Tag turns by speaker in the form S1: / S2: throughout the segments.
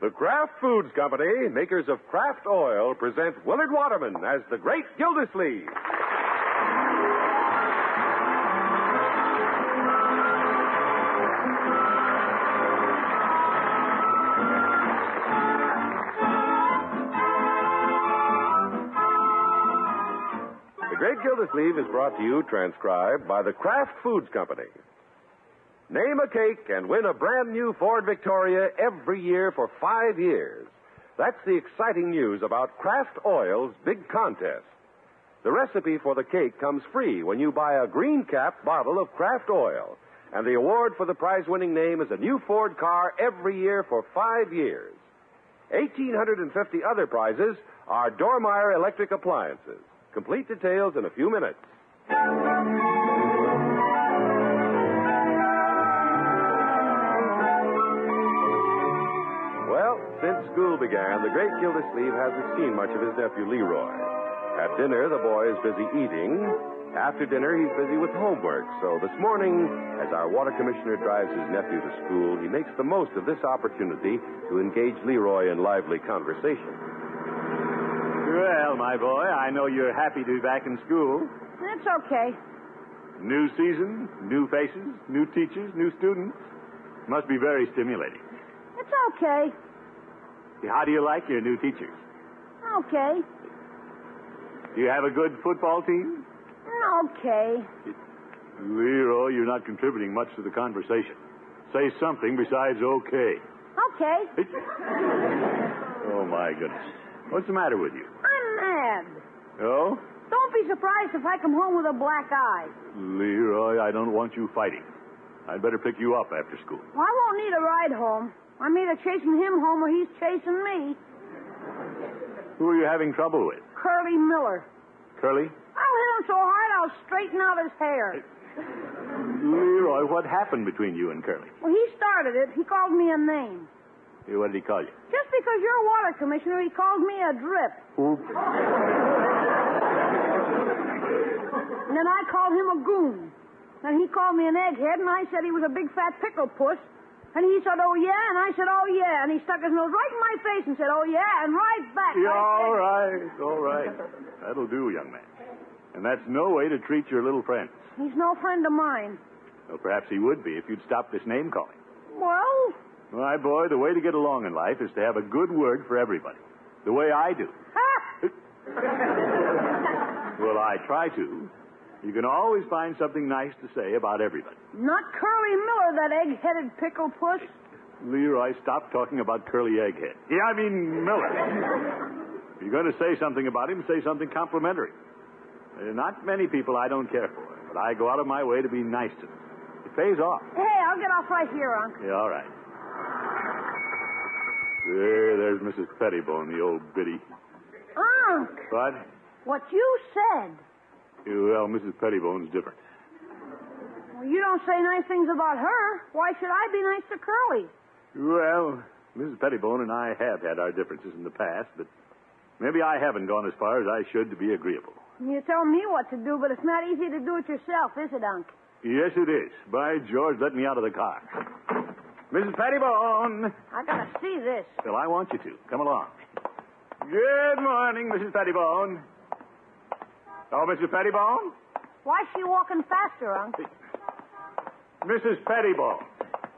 S1: The Kraft Foods Company, makers of Kraft Oil, presents Willard Waterman as the Great Gildersleeve. The Great Gildersleeve is brought to you, transcribed, by the Kraft Foods Company. Name a cake and win a brand new Ford Victoria every year for five years. That's the exciting news about Kraft Oil's big contest. The recipe for the cake comes free when you buy a green cap bottle of Kraft Oil, and the award for the prize winning name is a new Ford car every year for five years. 1,850 other prizes are Dormeyer electric appliances. Complete details in a few minutes. Well, since school began, the great Gildersleeve hasn't seen much of his nephew Leroy. At dinner, the boy is busy eating. After dinner, he's busy with homework. So this morning, as our water commissioner drives his nephew to school, he makes the most of this opportunity to engage Leroy in lively conversation.
S2: Well, my boy, I know you're happy to be back in school.
S3: It's okay.
S2: New season, new faces, new teachers, new students. Must be very stimulating.
S3: It's okay.
S2: How do you like your new teachers?
S3: Okay.
S2: Do you have a good football team?
S3: Okay.
S2: Leroy, you're not contributing much to the conversation. Say something besides okay.
S3: Okay.
S2: Oh, my goodness. What's the matter with you?
S3: I'm mad.
S2: Oh?
S3: Don't be surprised if I come home with a black eye.
S2: Leroy, I don't want you fighting. I'd better pick you up after school.
S3: Well, I won't need a ride home. I'm either chasing him home or he's chasing me.
S2: Who are you having trouble with?
S3: Curly Miller.
S2: Curly?
S3: I'll hit him so hard I'll straighten out his hair.
S2: Leroy, what happened between you and Curly?
S3: Well, he started it. He called me a name.
S2: Hey, What did he call you?
S3: Just because you're water commissioner, he called me a drip. And then I called him a goon. Then he called me an egghead, and I said he was a big fat pickle puss. And he said, oh, yeah, and I said, oh, yeah. And he stuck his nose right in my face and said, oh, yeah, and right back.
S2: Yeah,
S3: I said,
S2: all right, all right. That'll do, young man. And that's no way to treat your little friends.
S3: He's no friend of mine.
S2: Well, perhaps he would be if you'd stop this name calling.
S3: Well,
S2: My boy, the way to get along in life is to have a good word for everybody. The way I do.
S3: ha!
S2: Well, I try to. You can always find something nice to say about everybody.
S3: Not Curly Miller, that egg-headed pickle puss.
S2: Leroy, stop talking about Curly Egghead. Yeah, I mean Miller. if you're going to say something about him, say something complimentary. There are not many people I don't care for, but I go out of my way to be nice to them. It pays off.
S3: Hey, I'll get off right here, Unc.
S2: Yeah, all right. There, there's Mrs. Pettibone, the old biddy.
S3: Unc,
S2: What?
S3: what you said.
S2: Well, Mrs. Pettibone's different.
S3: Well, you don't say nice things about her. Why should I be nice to Curly?
S2: Well, Mrs. Pettibone and I have had our differences in the past, but maybe I haven't gone as far as I should to be agreeable.
S3: You tell me what to do, but it's not easy to do it yourself, is it, Unc?
S2: Yes, it is. By George, let me out of the car. Mrs. Pettibone!
S3: I gotta see this.
S2: Well, I want you to. Come along. Good morning, Mrs. Pettibone. Oh, Mrs. Pettibone?
S3: Why's she walking faster, Unc?
S2: Mrs. Pettibone.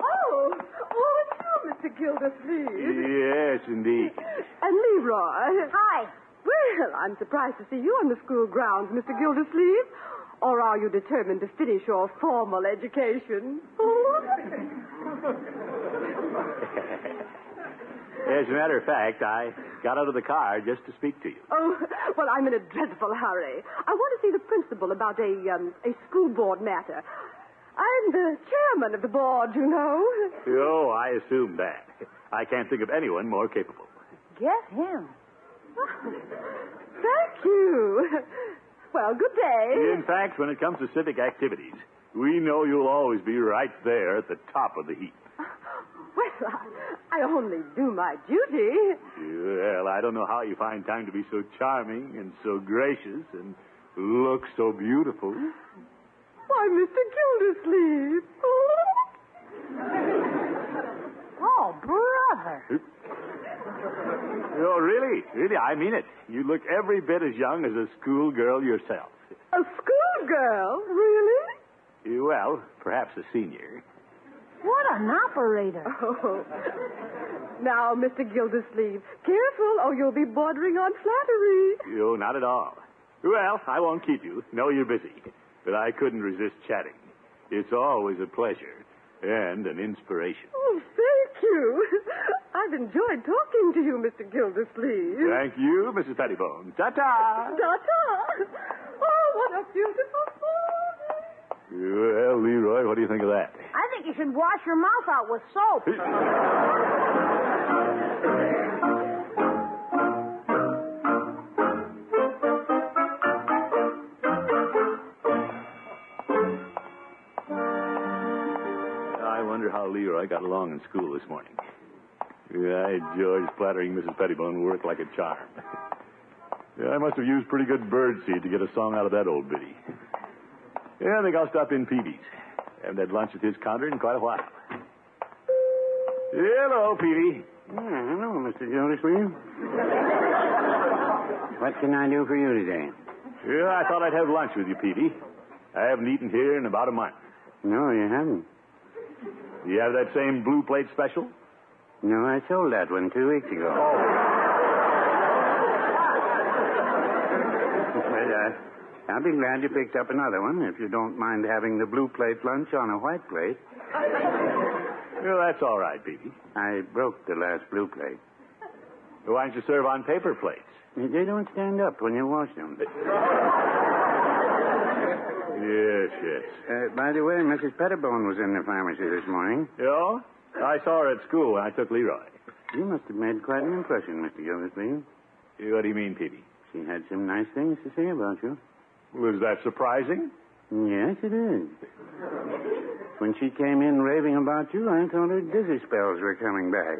S4: Oh, oh, it's you, Mr. Gildersleeve.
S2: Yes, indeed.
S4: And Leroy.
S3: Hi.
S4: Well, I'm surprised to see you on the school grounds, Mr. Gildersleeve. Or are you determined to finish your formal education?
S2: As a matter of fact, I got out of the car just to speak to you.
S4: Oh, well, I'm in a dreadful hurry. I want to see the principal about a, um, a school board matter. I'm the chairman of the board, you know.
S2: Oh, I assume that. I can't think of anyone more capable.
S3: Get him.
S4: Thank you. Well, good day.
S2: In fact, when it comes to civic activities, we know you'll always be right there at the top of the heap.
S4: Well, I, I only do my duty.
S2: Well, I don't know how you find time to be so charming and so gracious and look so beautiful.
S4: Why, Mr. Gildersleeve.
S3: Oh, brother.
S2: Oh, really? Really, I mean it. You look every bit as young as a schoolgirl yourself.
S4: A schoolgirl? Really?
S2: Well, perhaps a senior.
S3: What an operator.
S4: Oh. Now, Mr. Gildersleeve, careful or you'll be bordering on flattery.
S2: You, not at all. Well, I won't keep you. No, you're busy. But I couldn't resist chatting. It's always a pleasure and an inspiration.
S4: Oh, thank you. I've enjoyed talking to you, Mr. Gildersleeve.
S2: Thank you, Mrs. Pettibone. Ta-ta!
S4: Ta-ta. Oh, what a beautiful morning.
S2: Well, Leroy, what do you think of that?
S3: I think you should wash your mouth out with soap.
S2: I wonder how Leroy got along in school this morning. I George flattering Mrs. Pettibone worked like a charm. Yeah, I must have used pretty good bird seed to get a song out of that old biddy. Yeah, I think I'll stop in Peavy's. Haven't had lunch at his counter in quite a while. Hello, Peavy.
S5: hello, Mr. Gildersleeve. what can I do for you today?
S2: Yeah, I thought I'd have lunch with you, Peavy. I haven't eaten here in about a month.
S5: No, you haven't.
S2: Do you have that same blue plate special?
S5: No, I sold that one two weeks ago. well, uh, I'll be glad you picked up another one if you don't mind having the blue plate lunch on a white plate.
S2: Well, that's all right, Peavy.
S5: I broke the last blue plate.
S2: Why don't you serve on paper plates?
S5: They don't stand up when you wash them.
S2: Yes, yes.
S5: Uh, by the way, Mrs. Pettibone was in the pharmacy this morning.
S2: Yeah? I saw her at school when I took Leroy.
S5: You must have made quite an impression, Mr. Gildersleeve.
S2: What do you mean, Peavy?
S5: She had some nice things to say about you.
S2: Was that surprising?
S5: Yes, it is. When she came in raving about you, I told her dizzy spells were coming back.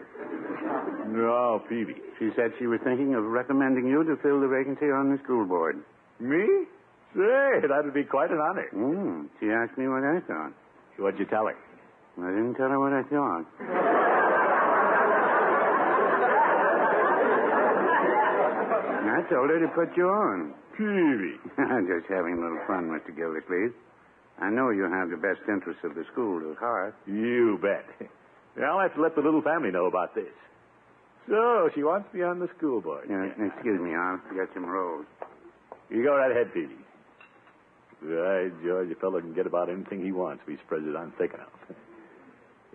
S2: No, Peavy.
S5: She said she was thinking of recommending you to fill the vacancy on the school board.
S2: Me? Say, that would be quite an honor.
S5: Mm. She asked me what I thought.
S2: What'd you tell her?
S5: I didn't tell her what I thought. I told her to put you on.
S2: Peavy.
S5: I'm just having a little fun, Mr. Gildersleeve. I know you have the best interests of the school at heart.
S2: You bet. I'll have to let the little family know about this. So, she wants to be on the school board.
S5: Uh, excuse me, I'll get some rolls.
S2: You go right ahead, Peavy. Right, George, a fellow can get about anything he wants if he spreads it on thick enough.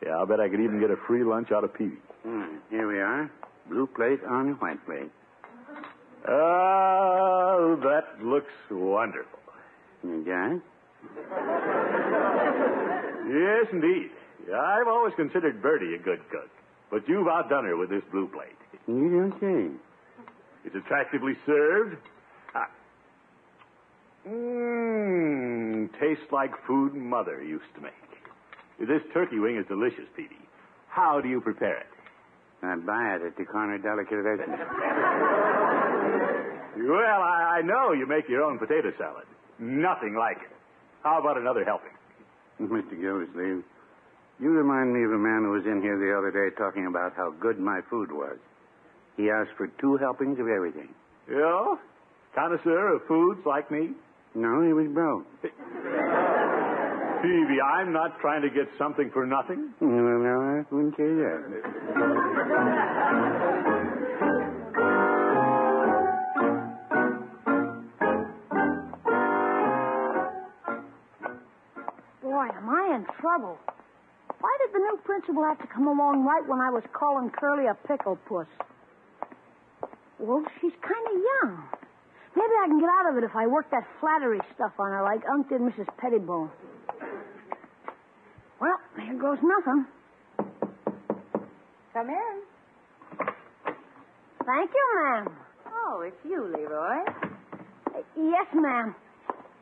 S2: Yeah, I'll bet I could even get a free lunch out of Peavy.
S5: Mm, here we are. Blue plate on white plate.
S2: Oh, that looks wonderful.
S5: You got it?
S2: Yes, indeed. I've always considered Bertie a good cook, but you've outdone her with this blue plate.
S5: You don't say.
S2: It's attractively served. Ah. Hot. Mmm, tastes like food Mother used to make. This turkey wing is delicious, Peavy. How do you prepare it?
S5: I buy it at the corner delicatessen.
S2: Well, I, I know you make your own potato salad. Nothing like it. How about another helping?
S5: Mr. Gildersleeve, you remind me of a man who was in here the other day talking about how good my food was. He asked for two helpings of everything.
S2: Yeah? Connoisseur of foods like me?
S5: No, he was broke.
S2: Phoebe, I'm not trying to get something for nothing.
S5: Well, no, I wouldn't say that.
S3: Boy, am I in trouble. Why did the new principal have to come along right when I was calling Curly a pickle puss? Well, she's kind of young. Maybe I can get out of it if I work that flattery stuff on her like Unc did Mrs. Pettibone. Well, here goes nothing.
S6: Come in.
S3: Thank you, ma'am.
S6: Oh, it's you, Leroy.
S3: Uh, Yes, ma'am.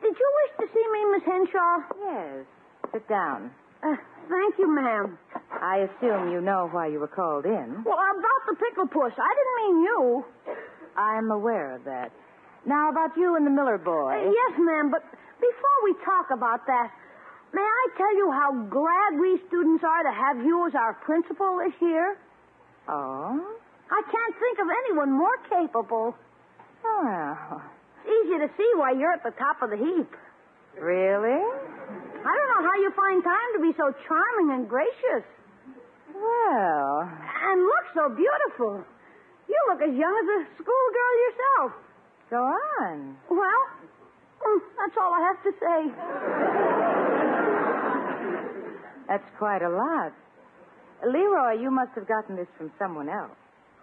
S3: Did you wish to see me, Miss Henshaw?
S6: Yes. Sit down.
S3: Uh, thank you, ma'am.
S6: I assume you know why you were called in.
S3: Well, about the pickle puss, I didn't mean you.
S6: I'm aware of that. Now, about you and the Miller boy.
S3: Uh, yes, ma'am, but before we talk about that, may I tell you how glad we students are to have you as our principal this year?
S6: Oh?
S3: I can't think of anyone more capable.
S6: Oh. Well,
S3: It's easy to see why you're at the top of the heap.
S6: really?
S3: I don't know how you find time to be so charming and gracious
S6: Well,
S3: and look so beautiful. You look as young as a schoolgirl yourself.
S6: go on.
S3: Well, mm, that's all I have to say.
S6: That's quite a lot. Leroy, you must have gotten this from someone else.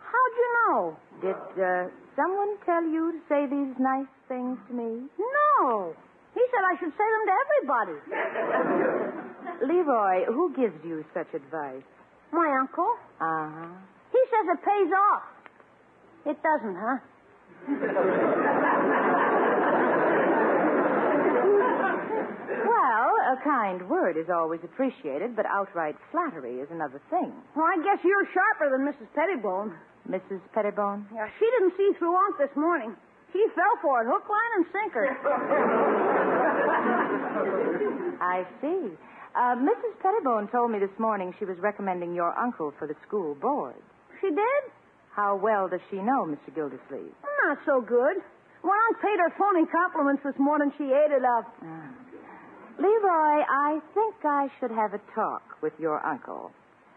S3: How'd you know?
S6: Did uh, someone tell you to say these nice things to me?
S3: No. He said I should say them to everybody.
S6: Leroy, who gives you such advice?
S3: My uncle.
S6: Uh huh.
S3: He says it pays off. It doesn't, huh?
S6: Well, a kind word is always appreciated, but outright flattery is another thing.
S3: Well, I guess you're sharper than Mrs. Pettibone.
S6: Mrs. Pettibone?
S3: Yeah, she didn't see through Unc this morning. She fell for it, hook, line, and sinker.
S6: I see. Uh, Mrs. Pettibone told me this morning she was recommending your uncle for the school board.
S3: She did?
S6: How well does she know Mr. Gildersleeve?
S3: Not so good. When Unc paid her phony compliments this morning, she ate it up.
S6: Leroy, I think I should have a talk with your uncle.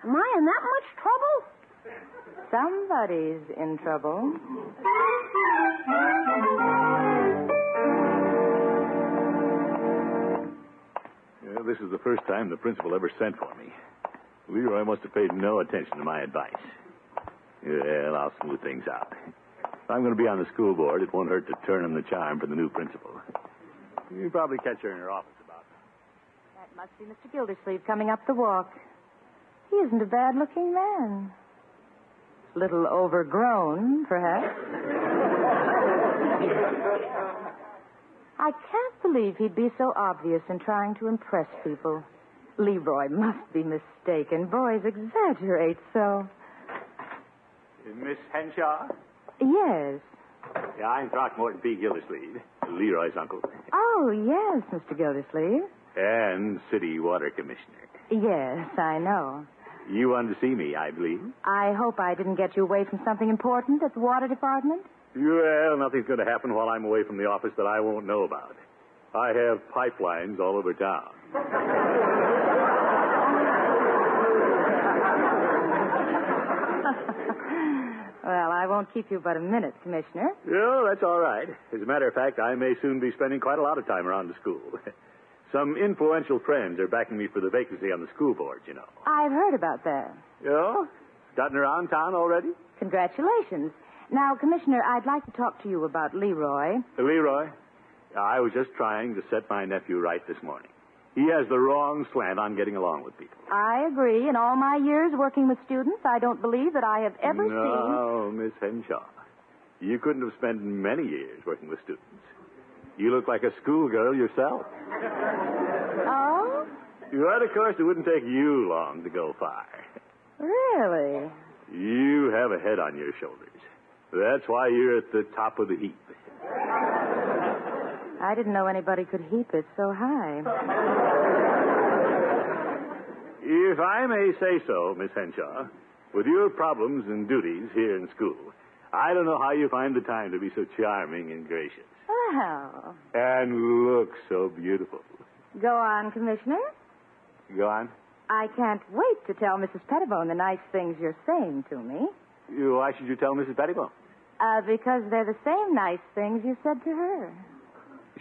S3: Am I in that much trouble?
S6: Somebody's in trouble.
S2: Yeah, this is the first time the principal ever sent for me. Leroy must have paid no attention to my advice. Well, I'll smooth things out. If I'm going to be on the school board, it won't hurt to turn him the charm for the new principal. You'll probably catch her in her office about
S6: That must be Mr. Gildersleeve coming up the walk. He isn't a bad looking man. Little overgrown, perhaps. I can't believe he'd be so obvious in trying to impress people. Leroy must be mistaken. Boys exaggerate so.
S2: it. Miss Henshaw?
S6: Yes.
S2: Yeah, I'm Throckmorton P. Gildersleeve, Leroy's uncle,
S6: Oh, yes, Mr. Gildersleeve.
S2: and city water commissioner.
S6: Yes, I know.
S2: You wanted to see me, I believe.
S6: I hope I didn't get you away from something important at the water department.
S2: Well, nothing's going to happen while I'm away from the office that I won't know about. I have pipelines all over town.
S6: Well, I won't keep you but a minute, Commissioner.
S2: Yeah, that's all right. As a matter of fact, I may soon be spending quite a lot of time around the school. Some influential friends are backing me for the vacancy on the school board, you know.
S6: I've heard about that.
S2: Yeah? Gotten around town already?
S6: Congratulations. Now, Commissioner, I'd like to talk to you about Leroy.
S2: Leroy, I was just trying to set my nephew right this morning. He has the wrong slant on getting along with people.
S6: I agree. In all my years working with students, I don't believe that I have ever seen.
S2: no, Miss Henshaw. You couldn't have spent many years working with students. You look like a schoolgirl yourself.
S6: Oh,
S2: But of course, it wouldn't take you long to go far.
S6: really?
S2: You have a head on your shoulders. That's why you're at the top of the heap.
S6: I didn't know anybody could heap it so high.
S2: If I may say so, Miss Henshaw, with your problems and duties here in school, I don't know how you find the time to be so charming and gracious.
S6: Well,
S2: And look so beautiful.
S6: go on, Commissioner.
S2: Go on.
S6: I can't wait to tell Mrs. Pettibone the nice things you're saying to me.
S2: You- Why should you tell Mrs. Pettibone?
S6: Uh, because they're the same nice things you said to her.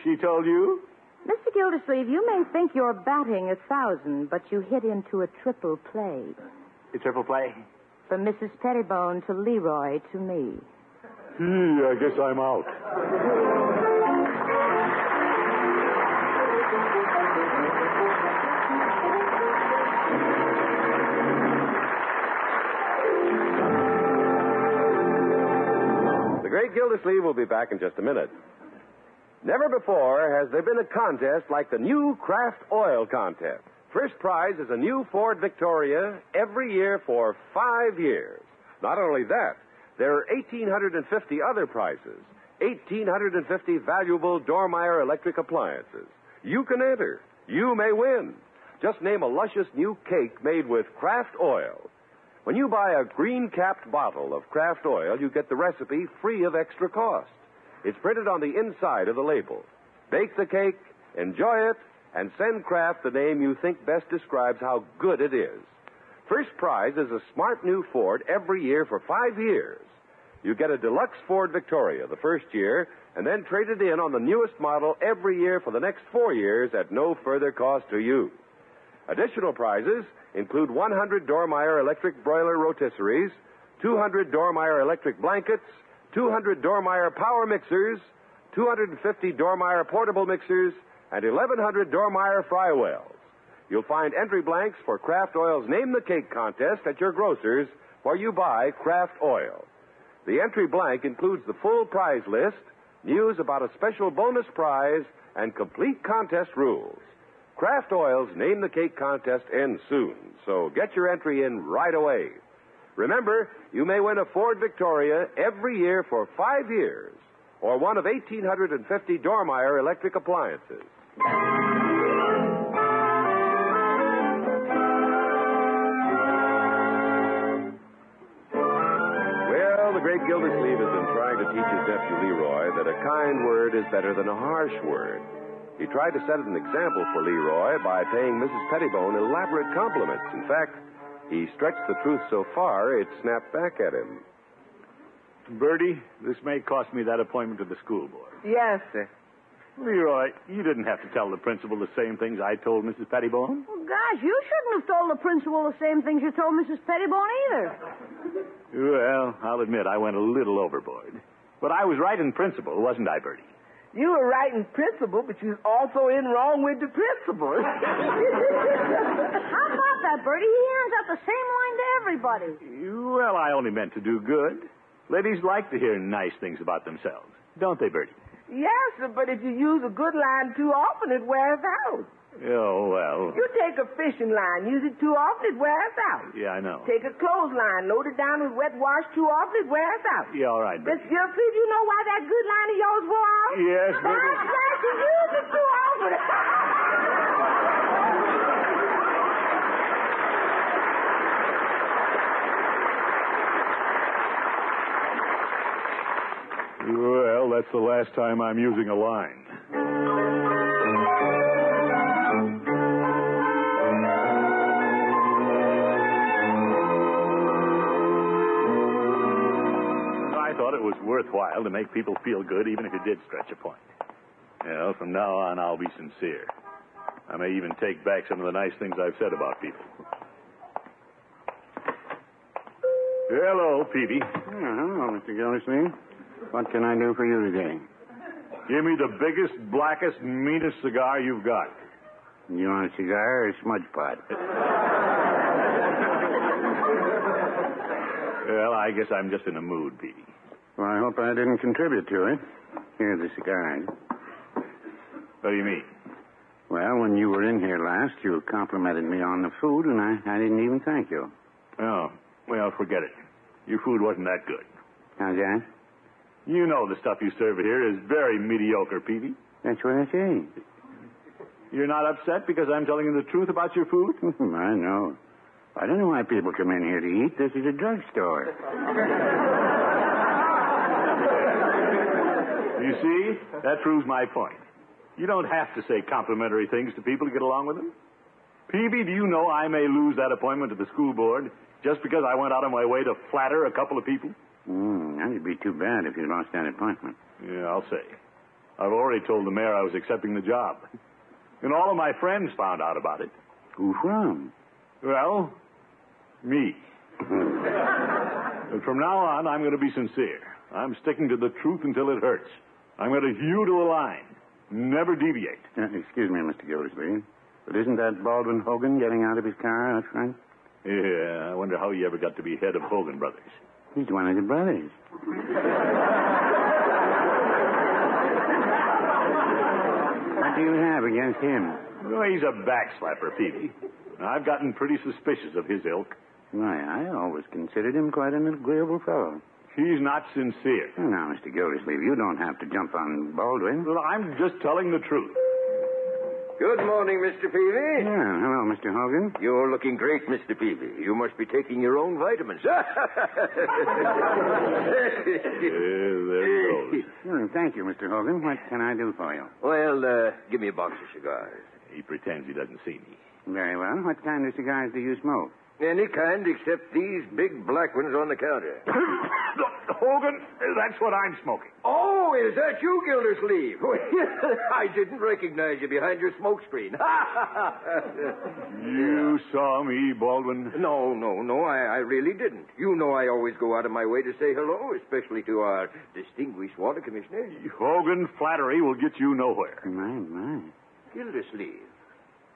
S2: She told you?
S6: Mr. Gildersleeve, you may think you're batting a thousand, but you hit into a triple play.
S2: It's triple play.
S6: From Mrs. Pettibone to Leroy to me.
S2: Gee, Hmm, I guess I'm out.
S1: The great Gildersleeve will be back in just a minute. Never before has there been a contest like the new Kraft Oil Contest. First prize is a new Ford Victoria every year for five years. Not only that, there are 1,850 other prizes, 1,850 valuable Dormeyer electric appliances. You can enter. You may win. Just name a luscious new cake made with Kraft Oil. When you buy a green capped bottle of Kraft oil, you get the recipe free of extra cost. It's printed on the inside of the label. Bake the cake, enjoy it, and send Kraft the name you think best describes how good it is. First prize is a smart new Ford every year for five years. You get a deluxe Ford Victoria the first year, and then trade it in on the newest model every year for the next four years at no further cost to you. Additional prizes include 100 Dormeyer electric broiler rotisseries, 200 Dormeyer electric blankets, 200 Dormeyer power mixers, 250 Dormeyer portable mixers, and 1100 Dormeyer fry wells. You'll find entry blanks for Kraft Oil's Name the Cake contest at your grocer's where you buy Kraft Oil. The entry blank includes the full prize list, news about a special bonus prize, and complete contest rules. Kraft Oil's Name the Cake contest ends soon, so get your entry in right away. Remember, you may win a Ford Victoria every year for five years, or one of 1,850 Dormeyer electric appliances. Well, the great Gildersleeve has been trying to teach his nephew Leroy that a kind word is better than a harsh word. He tried to set an example for Leroy by paying Mrs. Pettibone elaborate compliments. In fact, he stretched the truth so far it snapped back at him.
S2: Bertie, this may cost me that appointment to the school board.
S5: Yes, sir.
S2: Leroy, you didn't have to tell the principal the same things I told Mrs. Pettibone.
S3: Well, gosh, you shouldn't have told the principal the same things you told Mrs. Pettibone either.
S2: Well, I'll admit I went a little overboard. But I was right in principle, wasn't I, Bertie?
S7: You were right in principle, but you was also in wrong with the principle.
S3: How about that, Bertie? He hands out the same line to everybody.
S2: Well, I only meant to do good. Ladies like to hear nice things about themselves, don't they, Bertie?
S7: yes, sir, but if you use a good line too often, it wears out.
S2: Oh, well.
S7: You take a fishing line, use it too often, it wears out.
S2: Yeah, I know.
S7: Take a clothesline, load it down with wet wash too often, it wears out.
S2: Yeah, all right,
S7: Miss
S2: Bertie.
S7: Gilsey, you know why that good line of yours wore out?
S2: Yes,
S7: That's
S2: Bertie.
S7: right, you used it too often.
S2: Well, that's the last time I'm using a line. I thought it was worthwhile to make people feel good, even if you did stretch a point. Well, from now on, I'll be sincere. I may even take back some of the nice things I've said about people. Hello, Peavy.
S5: Hello, Mr. Gildersleeve. What can I do for you today?
S2: Give me the biggest, blackest, meanest cigar you've got.
S5: You want a cigar or a smudge pot?
S2: Well, I guess I'm just in a mood, Petey.
S5: Well, I hope I didn't contribute to it. Here are the cigars.
S2: What do you mean?
S5: Well, when you were in here last, you complimented me on the food, and I, I didn't even thank you.
S2: Oh, well, forget it. Your food wasn't that good.
S5: How's that?
S2: You know the stuff you serve here is very mediocre, Petey.
S5: That's what I say.
S2: You're not upset because I'm telling you the truth about your food?
S5: I know. I don't know why people come in here to eat. This is a drugstore.
S2: You see, that proves my point. You don't have to say complimentary things to people to get along with them. Peavy, do you know I may lose that appointment to the school board just because I went out of my way to flatter a couple of people?
S5: Mm, that'd be too bad if you lost that appointment.
S2: Yeah, I'll say. I've already told the mayor I was accepting the job. And all of my friends found out about it.
S5: Who from?
S2: Well, me.
S5: Uh,
S2: but from now on, I'm going to be sincere. I'm sticking to the truth until it hurts. I'm going to hew to a line, never deviate.
S5: Uh, excuse me, Mr. Gildersleeve, but isn't that Baldwin Hogan getting out of his car out front?
S2: Yeah, I wonder how he ever got to be head of Hogan Brothers.
S5: He's one of the brothers. what do you have against him?
S2: Well, he's a backslapper, Peavy. And I've gotten pretty suspicious of his ilk.
S5: Why, I always considered him quite an agreeable fellow.
S2: He's not sincere.
S5: Well, now, Mr. Gildersleeve, you don't have to jump on Baldwin.
S2: Well, I'm just telling the truth.
S8: Good morning, Mr. Peavy.
S5: Yeah, hello, Mr. Hogan.
S8: You're looking great, Mr. Peavy. You must be taking your own vitamins.
S2: there it goes.
S5: Hmm, thank you, Mr. Hogan. What can I do for you?
S8: well, uh, give me a box of cigars.
S2: He pretends he doesn't see me.
S5: Very well. What kind of cigars do you smoke?
S8: Any kind except these big black ones on the counter.
S2: Hogan, that's what I'm smoking.
S8: Oh, is that you, Gildersleeve? I didn't recognize you behind your smokescreen.
S2: You saw me, Baldwin.
S8: no, no, no, I, I really didn't. You know I always go out of my way to say hello, especially to our distinguished water commissioner.
S2: Hogan, flattery will get you nowhere.
S5: My, my.
S8: Gildersleeve,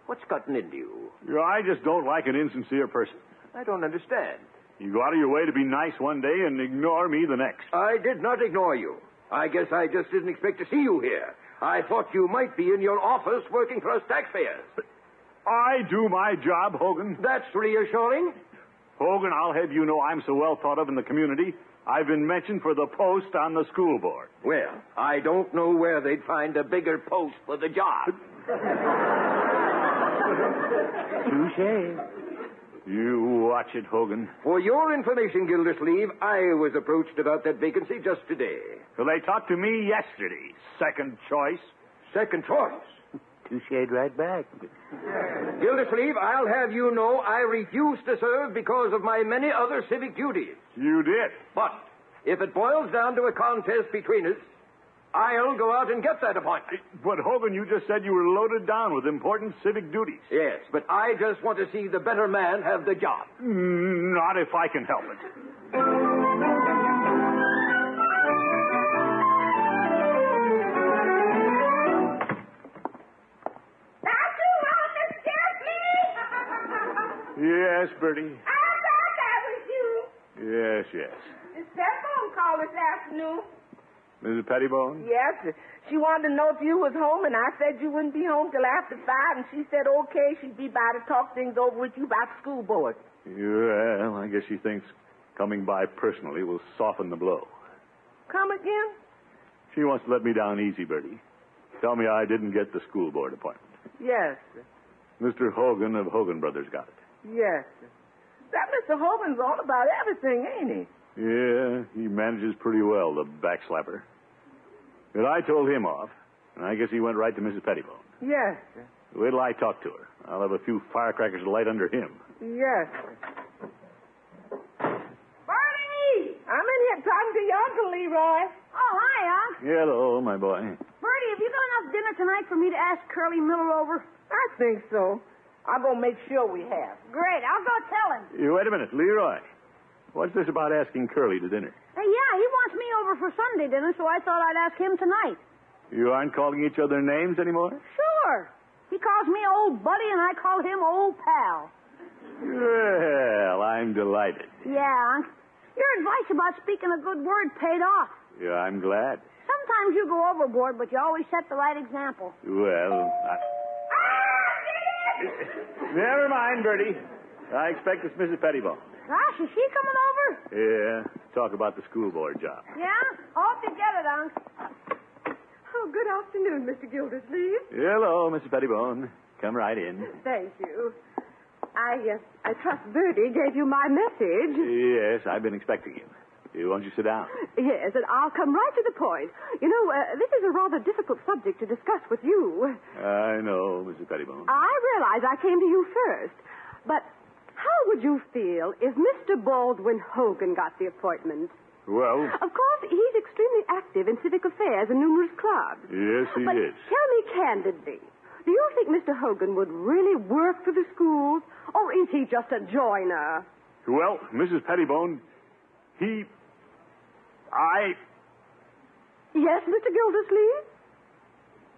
S8: what's gotten into you?
S2: You know, I just don't like an insincere person.
S8: I don't understand.
S2: You go out of your way to be nice one day and ignore me the next.
S8: I did not ignore you. I guess I just didn't expect to see you here. I thought you might be in your office working for us taxpayers.
S2: I do my job, Hogan.
S8: That's reassuring.
S2: Hogan, I'll have you know I'm so well thought of in the community. I've been mentioned for the post on the school board.
S8: Well, I don't know where they'd find a bigger post for the job.
S2: You watch it, Hogan.
S8: For your information, Gildersleeve, I was approached about that vacancy just today.
S2: Well, they talked to me yesterday. Second choice.
S8: Second choice.
S5: Two shade right back.
S8: Gildersleeve, I'll have you know I refuse to serve because of my many other civic duties.
S2: You did.
S8: But if it boils down to a contest between us, I'll go out and get that appointment.
S2: But, Hogan, you just said you were loaded down with important civic duties.
S8: Yes, but I just want to see the better man have the job.
S2: Mm, Not if I can help it.
S9: Don't you want to scare me?
S2: Yes, Bertie.
S9: I thought that was you.
S2: Yes, yes.
S9: This telephone call this afternoon.
S2: Mrs. Pettibone?
S7: Yes, she wanted to know if you was home, and I said you wouldn't be home till after five, and she said okay, she'd be by to talk things over with you about the school board.
S2: Well, I guess she thinks coming by personally will soften the blow.
S7: Come again?
S2: She wants to let me down easy, Bertie. Tell me I didn't get the school board appointment.
S7: Yes, sir.
S2: Mr. Hogan of Hogan Brothers got it.
S7: yes. sir. That Mr. Hogan's all about everything, ain't he?
S2: Yeah, he manages pretty well, the backslapper. But I told him off, and I guess he went right to Mrs. Pettibone.
S7: Yes, sir.
S2: Wait till I talk to her. I'll have a few firecrackers light under him.
S7: yes. sir.
S9: Bertie!
S7: I'm in here talking to your Uncle Leroy.
S3: Oh, hi, Unc.
S2: Hello, my boy.
S3: Bertie, have you got enough dinner tonight for me to ask Curly Miller over?
S7: I think so. I'm going to make sure we have.
S3: Great, I'll go tell him.
S2: Hey, Wait a minute, Leroy. What's this about asking Curly to dinner?
S3: Hey, yeah, he wants me over for Sunday dinner, so I thought I'd ask him tonight.
S2: You aren't calling each other names anymore?
S3: Sure. He calls me old buddy, and I call him old pal.
S2: Well, I'm delighted.
S3: Yeah, Unc. Your advice about speaking a good word paid off.
S2: Yeah, I'm glad.
S3: Sometimes you go overboard, but you always set the right example.
S2: Well, I... Never mind, Bertie. I expect it's Mrs. Pettibone.
S3: Gosh, is she coming over?
S2: Yeah, talk about the school board job.
S3: Yeah? All together, Unc.
S4: Oh, good afternoon, Mr. Gildersleeve.
S2: Hello, Mrs. Pettibone. Come right in.
S4: Thank you. I, uh, I trust Bertie gave you my message.
S2: Yes, I've been expecting him. Eh, Won't you sit down?
S4: Yes, and I'll come right to the point. You know, uh, this is a rather difficult subject to discuss with you.
S2: I know, Mrs. Pettibone.
S4: I realize I came to you first, but how would you feel if Mr. Baldwin Hogan got the appointment?
S2: Well,
S4: Of course, he's extremely active in civic affairs and numerous clubs.
S2: yes, he
S4: but
S2: is.
S4: tell me candidly, do you think Mr. Hogan would really work for the schools, or is he just a joiner?
S2: Well, Mrs. Pettibone, he. I.
S4: Yes, Mr. Gildersleeve?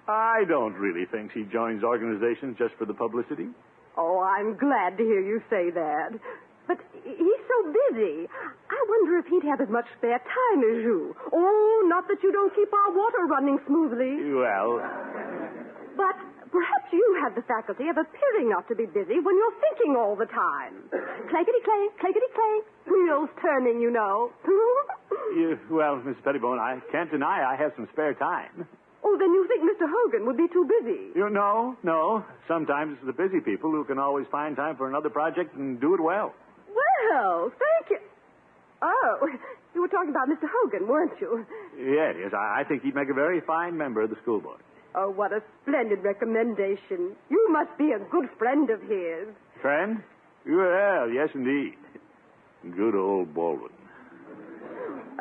S2: I don't really think he joins organizations just for the publicity.
S4: Oh, I'm glad to hear you say that. But he's so busy. I wonder if he'd have as much spare time as you. Oh, not that you don't keep our water running smoothly.
S2: Well,
S4: But perhaps you have the faculty of appearing not to be busy when you're thinking all the time. Clankety clank, clankety clank. Wheels turning, you know.
S2: you, well, Miss Pettibone, I can't deny I have some spare time.
S4: oh, Oh, then you think Mr. Hogan would be too busy?
S2: You know, no. Sometimes it's the busy people who can always find time for another project and do it well.
S4: Well, thank you. Oh, you were talking about Mr. Hogan, weren't you?
S2: Yeah, yes, I, I think he'd make a very fine member of the school board.
S4: Oh, what a splendid recommendation. You must be a good friend of his.
S2: Friend? Well, yes, indeed. Good old Baldwin.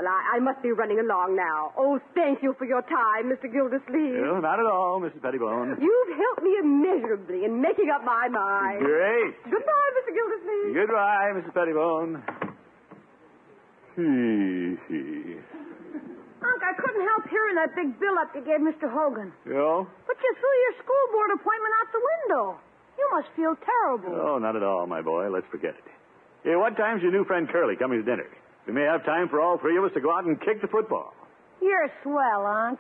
S4: Well, I, I must be running along now. Oh, thank you for your time, Mr. Gildersleeve.
S2: Well, not at all, Mrs. Pettibone.
S4: You've helped me immeasurably in making up my mind.
S2: Great.
S4: Goodbye, Mr. Gildersleeve.
S2: Goodbye, Mrs. Pettibone. Hee hee.
S3: Unc, I couldn't help hearing that big bill up you gave Mr. Hogan.
S2: Yo?
S3: But you threw your school board appointment out the window. You must feel terrible.
S2: Oh, not at all, my boy. Let's forget it. Hey, what time's your new friend Curly coming to dinner? We may have time for all three of us to go out and kick the football.
S3: You're swell, Unc.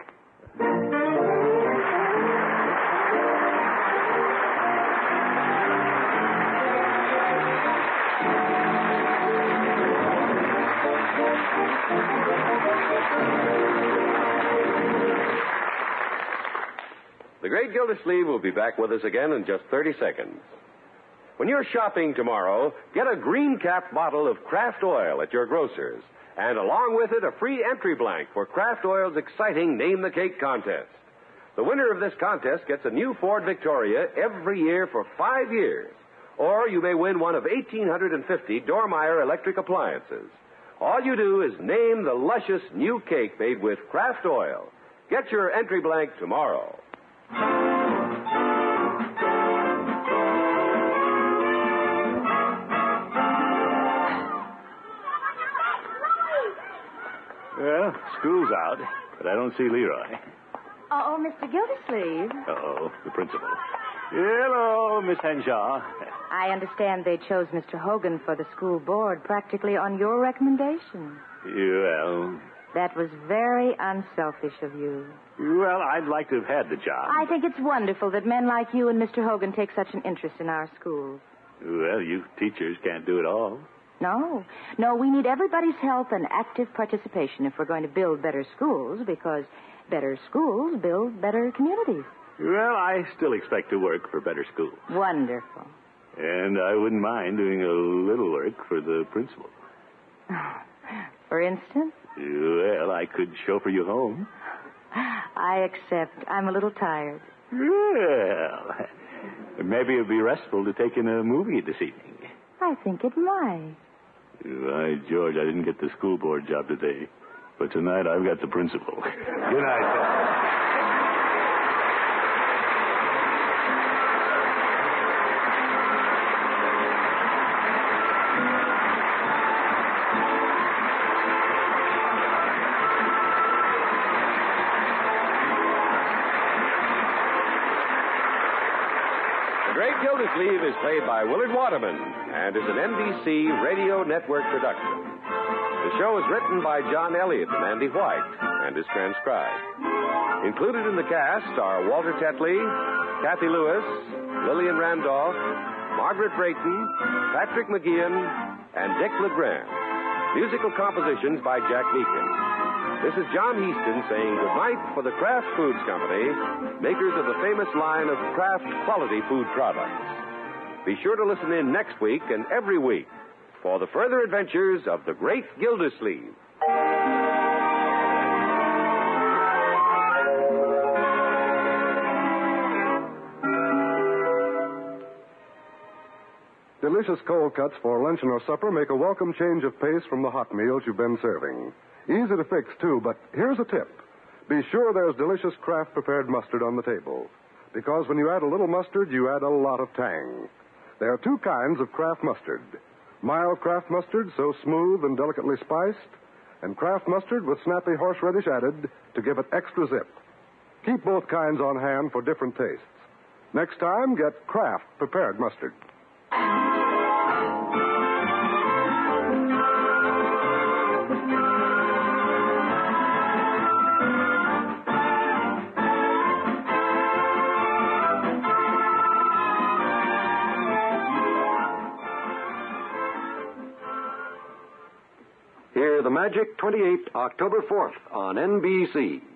S1: The Great Gildersleeve will be back with us again in just 30 seconds. When you're shopping tomorrow, get a green cap bottle of Kraft Oil at your grocer's, and along with it, a free entry blank for Kraft Oil's exciting Name the Cake contest. The winner of this contest gets a new Ford Victoria every year for five years, or you may win one of 1,850 Dormeyer electric appliances. All you do is name the luscious new cake made with Kraft Oil. Get your entry blank tomorrow.
S2: Well, school's out, but I don't see Leroy.
S6: Oh, Mr. Gildersleeve.
S2: Uh-oh, the principal. Hello, Miss Henshaw.
S6: I understand they chose Mr. Hogan for the school board practically on your recommendation.
S2: Well,
S6: That was very unselfish of you.
S2: well, I'd like to have had the job.
S6: I think it's wonderful that men like you and Mr. Hogan take such an interest in our schools.
S2: Well, you teachers can't do it all.
S6: No, no, we need everybody's help and active participation if we're going to build better schools because better schools build better communities.
S2: Well, I still expect to work for better schools.
S6: Wonderful.
S2: And I wouldn't mind doing a little work for the principal.
S6: For instance,
S2: Well, I could chauffeur you home.
S6: I accept. I'm a little tired.
S2: Well, maybe it'd be restful to take in a movie this evening.
S6: I think it might.
S2: Why, George, I didn't get the school board job today, but tonight I've got the principal. Good night.
S1: The Great Gildersleeve is played by Willard Waterman and is an NBC Radio Network production. The show is written by John Elliott and Andy White and is transcribed. Included in the cast are Walter Tetley, Kathy Lewis, Lillian Randolph, Margaret Brayton, Patrick McGeehan, and Dick LeGrand. Musical compositions by Jack Meakin. This is John Heaston saying goodnight for the Kraft Foods Company, makers of the famous line of Kraft quality food products. Be sure to listen in next week and every week for the further adventures of the great Gildersleeve.
S10: Delicious cold cuts for luncheon or supper make a welcome change of pace from the hot meals you've been serving. Easy to fix, too, but here's a tip. Be sure there's delicious Kraft prepared mustard on the table. Because when you add a little mustard, you add a lot of tang. There are two kinds of Kraft mustard mild Kraft mustard, so smooth and delicately spiced, and Kraft mustard with snappy horseradish added to give it extra zip. Keep both kinds on hand for different tastes. Next time, get Kraft prepared mustard.
S8: Hear the magic 28 October 4th on NBC.